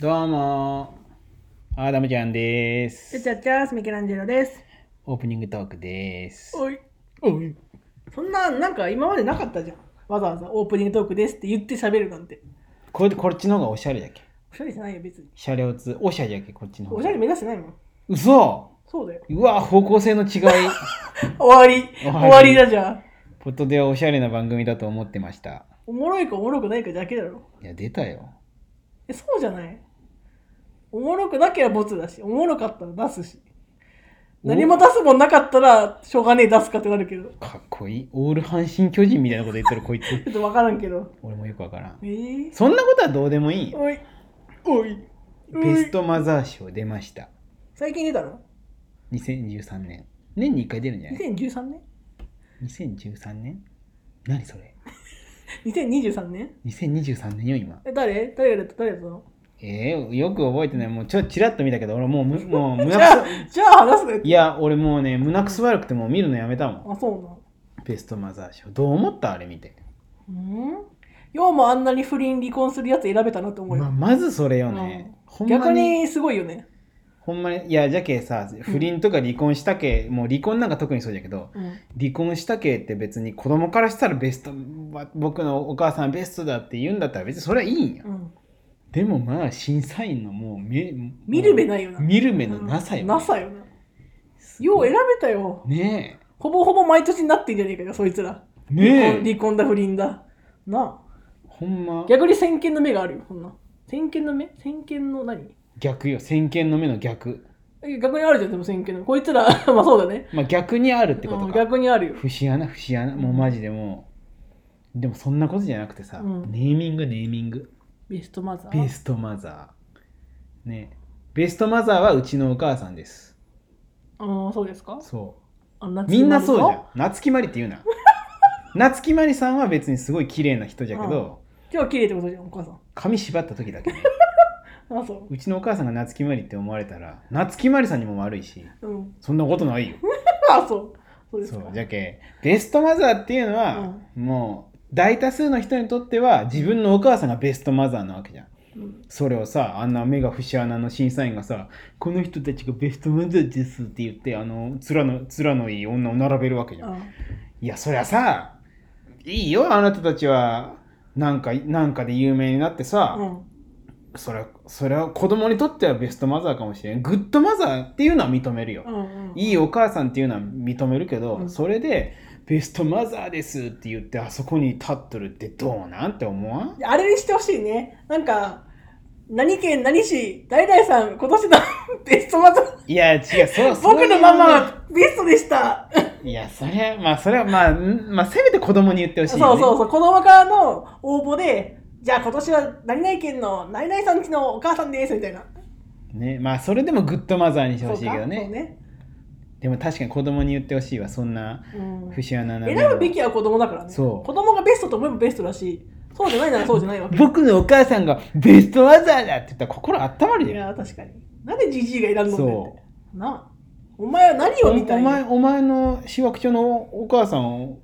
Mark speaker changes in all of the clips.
Speaker 1: どうもアダムちゃんです
Speaker 2: ちゃちゃちゃーす、ミケランジェロです。
Speaker 1: オープニングトークです
Speaker 2: おい。
Speaker 1: おい
Speaker 2: そんな、なんか今までなかったじゃん。わざわざオープニングトークですって言って喋るなんて。
Speaker 1: これこっちの方がおしゃれだっけ
Speaker 2: おしゃれじゃないよ、別に。
Speaker 1: シャレオツおしゃれだっけこっちの方
Speaker 2: おしゃれ目指してないもん。
Speaker 1: 嘘
Speaker 2: そうだよ。
Speaker 1: うわ方向性の違い
Speaker 2: 終わり。
Speaker 1: 終
Speaker 2: 終
Speaker 1: わ
Speaker 2: わ
Speaker 1: り
Speaker 2: りだじゃん。
Speaker 1: ポットではおしゃれな番組だと思ってました
Speaker 2: おもろいかおもろくないかだけだろ。
Speaker 1: いや出たよ
Speaker 2: え、そうじゃない。おもろくなきゃボツだし、おもろかったら出すし。
Speaker 1: お
Speaker 2: 何も出すもんなかったら、しょうがねえ出すかってなるけど。
Speaker 1: かっこいいオール阪神巨人みたいなこと言ってるこいつ
Speaker 2: ちょっとわからんけど。
Speaker 1: 俺もよくわからん
Speaker 2: えー、
Speaker 1: そんなことはどうでもいい
Speaker 2: おい。おい。おい
Speaker 1: ベストマザー賞出ました
Speaker 2: 最近出たの
Speaker 1: 2013年年に1回出るんじゃない
Speaker 2: ?2013 年
Speaker 1: 2013年何それ
Speaker 2: ?2023 年
Speaker 1: ?2023 年よ今
Speaker 2: え、誰誰が出た誰が出たの
Speaker 1: えー、よく覚えてないもうちょチラッと見たけど俺もうむもう胸
Speaker 2: じ
Speaker 1: く
Speaker 2: ゃあ
Speaker 1: そ、
Speaker 2: じゃあ話すね。
Speaker 1: いや俺もうね胸くそ悪くてもう見るのやめたもん
Speaker 2: あ、そう
Speaker 1: ベストマザー賞どう思ったあれ見て
Speaker 2: なん。うんようもあんなに不倫離婚するやつ選べたなって思う
Speaker 1: ま
Speaker 2: よ。
Speaker 1: まずそれよね、ほんまに
Speaker 2: 逆にすごいよね。
Speaker 1: ほんまにいやじゃけさ不倫とか離婚したけ、もう離婚なんか特にそうじゃけど
Speaker 2: うん。
Speaker 1: 離婚したけって別に子供からしたらベストわ僕のお母さんベストだって言うんだったら別にそれはいいんよ、
Speaker 2: うん、
Speaker 1: でもまあ審査員のもう目
Speaker 2: 見る目ないよな。
Speaker 1: 見る目のなさよ、
Speaker 2: なさよな。
Speaker 1: す
Speaker 2: よ
Speaker 1: ご
Speaker 2: う
Speaker 1: い
Speaker 2: 選べたよ。
Speaker 1: ね
Speaker 2: ほぼほぼ毎年になってんじゃねえかよ、そいつら。
Speaker 1: えねえ
Speaker 2: 離婚離婚だ、不倫だ。な
Speaker 1: ほんま
Speaker 2: あ。逆に先見の目があるよ、そんな。先見の目先見の何
Speaker 1: 逆よ先見の目の逆
Speaker 2: え逆にあるじゃん、でも先見の。こいつら、 まあそうだね。
Speaker 1: まあ逆にあるってこと
Speaker 2: うん
Speaker 1: か
Speaker 2: 逆にあるよ。
Speaker 1: 節穴節穴もうマジでもうでもそんなことじゃなくてさ、
Speaker 2: うん
Speaker 1: ネーミングネーミング
Speaker 2: ベストマザー。
Speaker 1: ベストマザーねベストマザーはうちのお母さんです
Speaker 2: ああ、そうですか
Speaker 1: そ
Speaker 2: あ夏
Speaker 1: うみんなそうじゃ
Speaker 2: の
Speaker 1: ん夏木マリって言うな夏木マリさんは別にすごい綺麗な人じゃけど、
Speaker 2: 今日綺麗ってことじゃん、お母さん。
Speaker 1: 髪縛った時だけね
Speaker 2: あ、そう
Speaker 1: ちのお母さんが夏木マリって思われたら夏木マリさんにも悪いし
Speaker 2: う。うん。
Speaker 1: そんなことないよ
Speaker 2: あ、そう。そうです
Speaker 1: そ
Speaker 2: か。
Speaker 1: うじゃけベストマザーっていうのは、もう大多数の人にとっては自分のお母さんがベストマザーなわけじゃん
Speaker 2: うん
Speaker 1: それをさあんな目が節穴の審査員がさこの人たちがベストマザーですって言ってあの面の面のいい女を並べるわけじゃん
Speaker 2: あ
Speaker 1: いやそりゃさいいよあなたたちはなんかなんかで有名になってさ、
Speaker 2: うん。
Speaker 1: それはそれは子供にとってはベストマザーかもしれんグッドマザーっていうのは認めるよ、
Speaker 2: うん。うん。
Speaker 1: いいお母さんっていうのは認めるけど、
Speaker 2: うん
Speaker 1: それでベストマザーですって言ってあそこに立っとるってどうなんて思わん
Speaker 2: あれにしてほしいね。なんか、何県何市、誰々さん、今年のベストマザー、
Speaker 1: いや違うそうそう
Speaker 2: 僕のママ、ベストでした。
Speaker 1: いやそれまあそれはまあ、んまあ、せめて子供に言ってほし
Speaker 2: そ
Speaker 1: いうよ、
Speaker 2: そう
Speaker 1: ね、
Speaker 2: そう、子供からの応募で、じゃあ今年は何々県の何々さんちのお母さんですみたいな。
Speaker 1: ねまあそれでもグッドマザーにしてほしいけどね
Speaker 2: そうかそうね。
Speaker 1: でも確かに子供に言ってほしいわそんな
Speaker 2: うん
Speaker 1: 節穴な目を
Speaker 2: 選ぶべきは子供だからね。
Speaker 1: そう
Speaker 2: 子供がベストと思えばベストだし、そうじゃないならそうじゃないわけ。
Speaker 1: 僕のお母さんがベストマザーだって言ったら心温まる
Speaker 2: い
Speaker 1: よ
Speaker 2: やー、確かに。なんでジジイが選んだんだよ
Speaker 1: そ
Speaker 2: っ
Speaker 1: う
Speaker 2: て。なあ。お前は何を見た
Speaker 1: お
Speaker 2: い
Speaker 1: 前
Speaker 2: の
Speaker 1: お前のしわくちょのお母さんを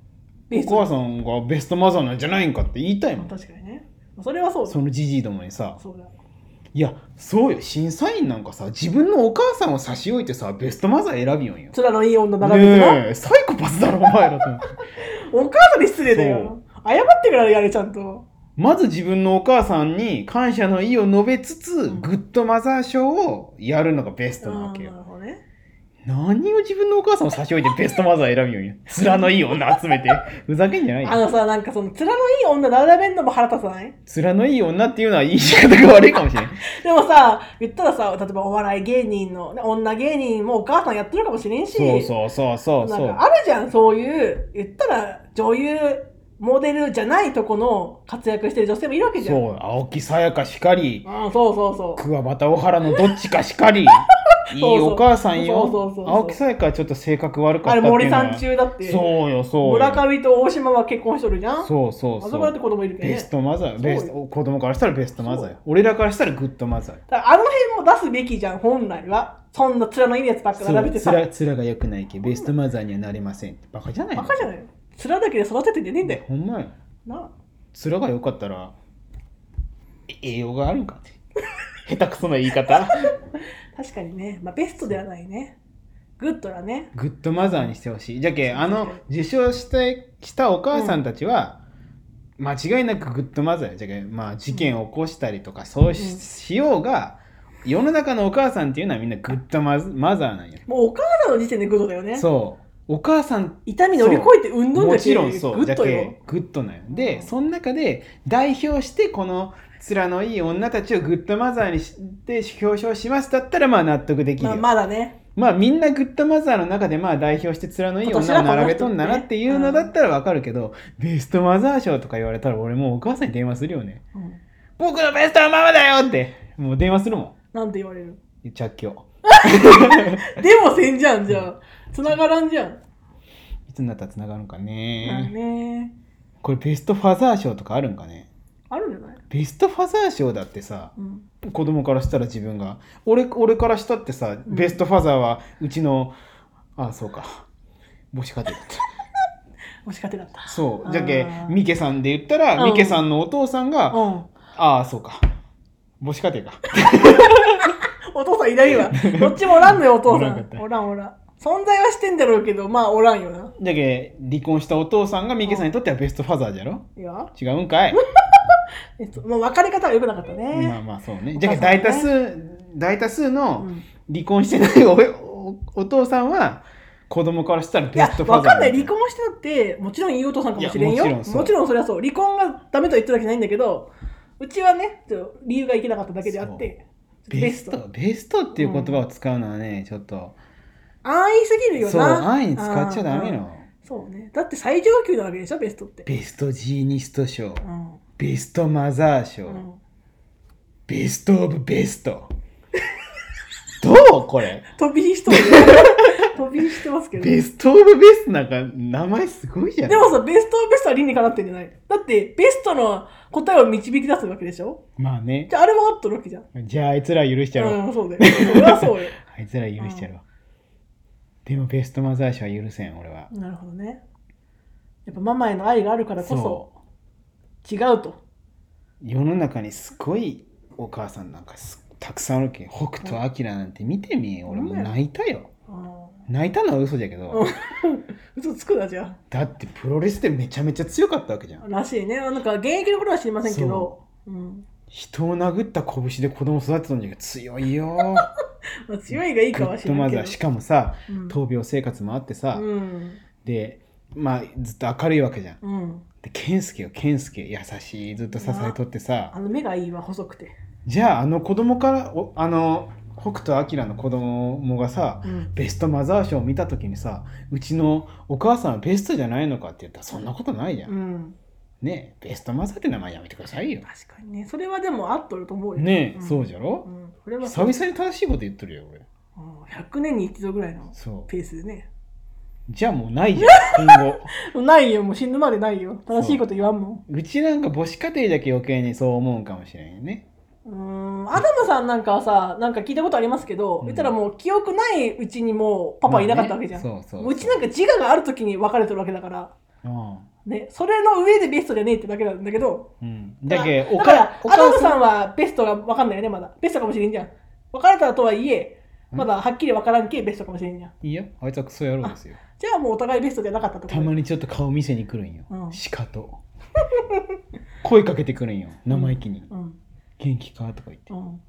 Speaker 1: お
Speaker 2: ベスト
Speaker 1: 母さんがベストマザーなんじゃないんかって言いたいもん
Speaker 2: 確かにね。それはそうだ。
Speaker 1: そのじじいどもにさ
Speaker 2: そうだ。
Speaker 1: いやそうよ審査員なんかさ自分のお母さんを差し置いてさベストマザー選びよんよ
Speaker 2: 面のいい女並べてな。
Speaker 1: ねえサイコパスだろお前らと思 って
Speaker 2: お母さんに失礼だよ。謝ってからやれ、ちゃんと。
Speaker 1: まず自分のお母さんに感謝の意を述べつつ、
Speaker 2: ん
Speaker 1: グッドマザー賞をやるのがベストな
Speaker 2: あ
Speaker 1: わ
Speaker 2: ー
Speaker 1: け
Speaker 2: なる
Speaker 1: よ
Speaker 2: ほどね。
Speaker 1: 何を自分のお母さんを差し置いてベストマザー選び よんよ面のいい女集めてふざけんじゃないよ
Speaker 2: あのさ、なんかその、面のいい女並べんのも腹立たない
Speaker 1: 面のいい女っていうのは言い方が悪いかもし れない。
Speaker 2: でもさ、言ったらさ、例えばお笑い芸人の、ね女芸人もお母さんやってるかもしれんし。
Speaker 1: そうそうそうそう
Speaker 2: なん
Speaker 1: そう
Speaker 2: か。あるじゃん、そういう、言ったら女優、モデルじゃないとこの活躍してる女性もいるわけじゃん。
Speaker 1: そう、青木さやかしかり、
Speaker 2: ああそうそうそう。
Speaker 1: 桑畑小原のどっちかし かり、いい
Speaker 2: そうそう
Speaker 1: お母さんよ。
Speaker 2: そうそうそうそう
Speaker 1: 青木さやかはちょっと性格悪か
Speaker 2: あ
Speaker 1: った
Speaker 2: れ
Speaker 1: っていうのは
Speaker 2: 森さん中だって。
Speaker 1: そうよ、そうよ。
Speaker 2: 村上と大島は結婚しとるじゃん。
Speaker 1: そうそう
Speaker 2: あ
Speaker 1: そう。
Speaker 2: そこだって子供いるけど
Speaker 1: ベ
Speaker 2: ね。
Speaker 1: ストマザー、
Speaker 2: う
Speaker 1: ベスト子供からしたらベストマザーよ。俺らからしたらグッドマザーよ。
Speaker 2: だからあの辺も出すべきじゃん、本来は。そんな面のいいやつばっか
Speaker 1: つ
Speaker 2: 並べ
Speaker 1: ら
Speaker 2: て
Speaker 1: つ
Speaker 2: さ。
Speaker 1: らつらが良くないけ、ベストマザーにはなりません。バカじゃない
Speaker 2: バカじゃないよ。面だけで育ててんじゃねえんだよ。
Speaker 1: ほんまよ。
Speaker 2: なあ
Speaker 1: つらが良かったら、え栄養があるんかって。下手くそな言い方
Speaker 2: 確かにね、まあ、ベストではないねグッドだね
Speaker 1: グッドマザーにしてほしいじゃけあの受賞してしたお母さんたちは、間違いなくグッドマザーやじゃけまあ事件を起こしたりとかそうし,、
Speaker 2: うん
Speaker 1: ようが世の中のお母さんっていうのはみんなグッドマザマザーなんや、
Speaker 2: もうお母さんの時点でグッドだよね
Speaker 1: そうお母さん
Speaker 2: 痛み乗り越えて運動
Speaker 1: も
Speaker 2: だ
Speaker 1: ち
Speaker 2: け
Speaker 1: ろんそう
Speaker 2: グ
Speaker 1: じ
Speaker 2: ッ
Speaker 1: ゃ
Speaker 2: ドよ
Speaker 1: けグッドなんよ
Speaker 2: う
Speaker 1: で
Speaker 2: ん
Speaker 1: その中で代表してこの面のいい女たちをグッドマザーにして表彰しますだったらまあ納得できるよ
Speaker 2: まあ、まだね
Speaker 1: まあみんなグッドマザーの中でまあ代表して面のいい女を並べとんならっていうのだったらわかるけど、ベストマザー賞とか言われたら俺もうお母さんに電話するよね。
Speaker 2: うん
Speaker 1: 僕のベストはママだよってもう電話するも
Speaker 2: なんて言われる
Speaker 1: ん。着去。
Speaker 2: でもせんじゃんじゃあ繋がらんじゃん、
Speaker 1: いつになったら繋がるんか
Speaker 2: まあ
Speaker 1: ね。
Speaker 2: ね
Speaker 1: これベストファザー賞とかあるんかね。
Speaker 2: あるんじゃない、
Speaker 1: ベストファザー賞だってさ、
Speaker 2: うん、
Speaker 1: 子供からしたら自分が。俺俺からしたってさ、
Speaker 2: うん
Speaker 1: ベストファザーはうちの、ああそうか。母子家庭だった。
Speaker 2: もしかてだった
Speaker 1: そうじゃけ
Speaker 2: あー
Speaker 1: ミケさんで言った
Speaker 2: う
Speaker 1: ら
Speaker 2: ん
Speaker 1: ミケさんのお父さんが、
Speaker 2: うん
Speaker 1: ああそうか母子家庭か
Speaker 2: お父さんいな いわ。どっちもおらんのよ、お父さ
Speaker 1: おらんかっ
Speaker 2: ん。
Speaker 1: た
Speaker 2: おらんおらん。存在はしてんだろうけど、まあおらんよな。
Speaker 1: じゃけ離婚したお父さんがミケさんにとってはベストファザーじゃろ
Speaker 2: いや、
Speaker 1: 違うんかい
Speaker 2: えっと、まあ別れ方は良くなかった
Speaker 1: まあ
Speaker 2: ね。
Speaker 1: まあそうね
Speaker 2: お
Speaker 1: じゃけ
Speaker 2: 母さんね
Speaker 1: 大多数大多数
Speaker 2: う
Speaker 1: の
Speaker 2: ん
Speaker 1: 離婚してないおおお父さんは子供からしたら
Speaker 2: い
Speaker 1: ベ
Speaker 2: や、
Speaker 1: ストファザー
Speaker 2: わかんない。離婚してたって、もちろんいいお父さんかもしれんよ。
Speaker 1: いやも
Speaker 2: も
Speaker 1: ちろん
Speaker 2: ち
Speaker 1: そう
Speaker 2: ろんそれはそう。離婚がダメとは言ってるわけないんだけど、うちはね、ちょっと理由がいけなかっただけであって、
Speaker 1: ベスト。ベストっていう言葉を使うのはね、ちょっと
Speaker 2: 安易すぎるよな。
Speaker 1: そう安易に使っちゃダメ
Speaker 2: うん。うん
Speaker 1: の
Speaker 2: そうね。だって最上級なわけでしょ、ベストって。
Speaker 1: ベストジーニスト賞
Speaker 2: うん。
Speaker 1: ベストマザー賞、
Speaker 2: うん
Speaker 1: ベストオブベスト。 どうこれ。
Speaker 2: 飛び火してますね飛び火してます けど。
Speaker 1: ベストオブベストなんか名前すごいじゃん。
Speaker 2: でもさ、ベストはベストは理にかなってんじゃないだって、ベストの答えを導き出すわけでしょ
Speaker 1: まあね
Speaker 2: じ。ゃあ、あれもあっとるわけじゃん。
Speaker 1: じゃああいつら許しちゃろう。
Speaker 2: うん、そうだよ。それはそうよ。
Speaker 1: あいつら許しちゃろう。でもベストマザー賞は許せん、俺は。
Speaker 2: なるほどね。やっぱママへの愛があるからこそ、
Speaker 1: そ
Speaker 2: 違うと。
Speaker 1: う。世の中にすごいお母さんなんかすたくさんあるけん。北斗晶なんて見てみ。俺もう泣いたよ。
Speaker 2: うん
Speaker 1: 泣いたのは嘘じゃけ
Speaker 2: う
Speaker 1: ど
Speaker 2: ん。嘘つくな、じゃ
Speaker 1: だってプロレスでめちゃめちゃ強かったわけじゃ
Speaker 2: あ。
Speaker 1: ん。
Speaker 2: らしいね。なんか、現役の頃は知りませんけど、うん
Speaker 1: 人を殴った拳で子供育てたんじゃけど強いよ。
Speaker 2: まあ、強 いがいい
Speaker 1: グ
Speaker 2: かは
Speaker 1: ッ
Speaker 2: 知
Speaker 1: ド
Speaker 2: ら
Speaker 1: マ
Speaker 2: んけ
Speaker 1: ザ
Speaker 2: ど
Speaker 1: ー。しかもさ
Speaker 2: うん
Speaker 1: 闘病生活もあってさ、
Speaker 2: うん。
Speaker 1: でまあずっと明るいわけじゃん
Speaker 2: うん。
Speaker 1: で健介よ健介優しいずっと支えとって
Speaker 2: あ
Speaker 1: さ
Speaker 2: の、目がいいわ、細くて。
Speaker 1: じゃああの子供からおあの北斗晶の子供がさ
Speaker 2: うん。
Speaker 1: ベストマザー賞を見た時にさうちのお母さんはベストじゃないのかって言ったらそんなことないじゃん、
Speaker 2: うん。
Speaker 1: ねえベストマザーって名前やめてくださいよ
Speaker 2: 確かにね。それはでも、あっとると思うよ。
Speaker 1: ねえ、
Speaker 2: うん
Speaker 1: そうじゃ
Speaker 2: う
Speaker 1: ろ、
Speaker 2: ん。これは
Speaker 1: 久々に正しいこと言っとるよ俺
Speaker 2: うん100年に一度ぐらいの
Speaker 1: そう
Speaker 2: ペースでね。
Speaker 1: じゃあもうないじ ゃん今後
Speaker 2: ないよ、もう死ぬまでないよ。正しいこと言わんも
Speaker 1: うちなんか母子家庭だけ余計にそう思うんかもしれんよね
Speaker 2: ん。うーん、アダムさんなんかはさ、なんか聞いたことありますけど、
Speaker 1: うん
Speaker 2: 言ったらもう記憶ないうちにもうパパいなかったわけじゃん。
Speaker 1: まあねそうそう
Speaker 2: うちなんか自我がある時に別れてるわけだから、
Speaker 1: うん
Speaker 2: ね、それの上でベストじゃねえってだけなんだけど、
Speaker 1: うん、だけどお
Speaker 2: だから
Speaker 1: お
Speaker 2: アダム
Speaker 1: ん
Speaker 2: さんはベストが分かんないよね、まだ。ベストかもしれんじゃん。別れたとはいえ、まだはっきり分からんけベストかもしれんじゃん。
Speaker 1: いいよあいつはクソ野郎ですよ
Speaker 2: じゃあもうお互いベストじゃなかったってこと
Speaker 1: たまにちょっと顔見せに来るんよ、
Speaker 2: うん
Speaker 1: しかと声かけてくるんよ生意気に、
Speaker 2: うん。
Speaker 1: 元気か?」とか言って
Speaker 2: うん。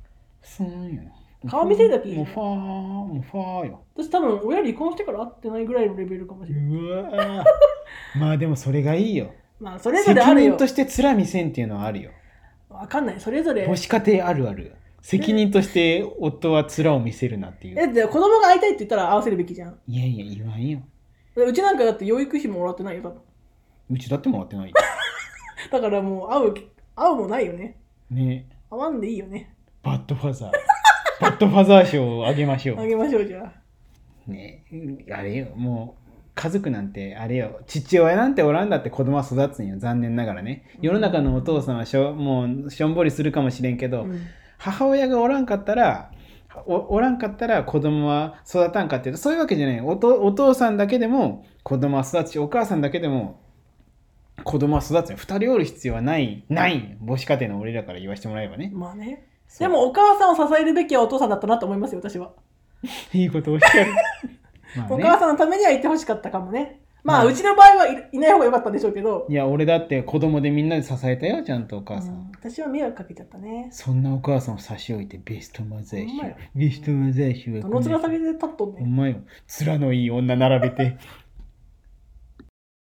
Speaker 1: そうんよ
Speaker 2: 顔見せるだけいい
Speaker 1: もうファーもうファーよ
Speaker 2: 私多分親離婚してから会ってないぐらいのレベルかもしれない。
Speaker 1: うわーまあでもそれがいいよ
Speaker 2: まあそれぞれあ
Speaker 1: 責
Speaker 2: る
Speaker 1: 任
Speaker 2: よ
Speaker 1: と。して面見せんっていうのはあるよ
Speaker 2: わかんない。それぞれ
Speaker 1: 母。子家庭あるある責任として夫は面を見せるなっていう
Speaker 2: え、で子供が会いたいって言ったら会わせるべきじゃん。
Speaker 1: いやいや言わんよ
Speaker 2: うちなんかだって養育費ももらってないよ、多分。
Speaker 1: うちだってもらってない
Speaker 2: だからもう会う、会うもないよね。
Speaker 1: ね
Speaker 2: 会わんでいいよね。
Speaker 1: バッドファザー バッドファザー賞をあげましょう
Speaker 2: あげましょう、じゃあ。
Speaker 1: ねあれよもう家族なんてあれよ父親なんておらんだって子供は育つんよ残念ながらね世の中のお父さんはしょもうしょんぼりするかもしれんけど、
Speaker 2: うん
Speaker 1: 母親がおらんかったらおおらんかったら子供は育たんかっていうとそういうわけじゃないおとお父さんだけでも子供は育つしお母さんだけでも子供は育つよ2人おる必要はないないんよ母子家庭の俺らから言わせてもらえばね
Speaker 2: まあね。
Speaker 1: そう
Speaker 2: でもお母さんを支えるべきはお父さんだったなと思いますよ私は、
Speaker 1: いいことをおっしゃる ま
Speaker 2: お
Speaker 1: あね
Speaker 2: 母さんのためには行ってほしかったかもねま
Speaker 1: ま
Speaker 2: あ、
Speaker 1: あ
Speaker 2: うちの場合はいいない方が良かったんでしょうけど、
Speaker 1: いや俺だって子供でみんなで支えたよちゃんとお母さん、
Speaker 2: うん私は迷惑かけちゃったね
Speaker 1: そんなお母さんを差し置いてベストマザー
Speaker 2: ほんまや
Speaker 1: ベストマザーシュ
Speaker 2: どの面下げで立っとん
Speaker 1: お
Speaker 2: ねん
Speaker 1: 前よ面のいい女並べて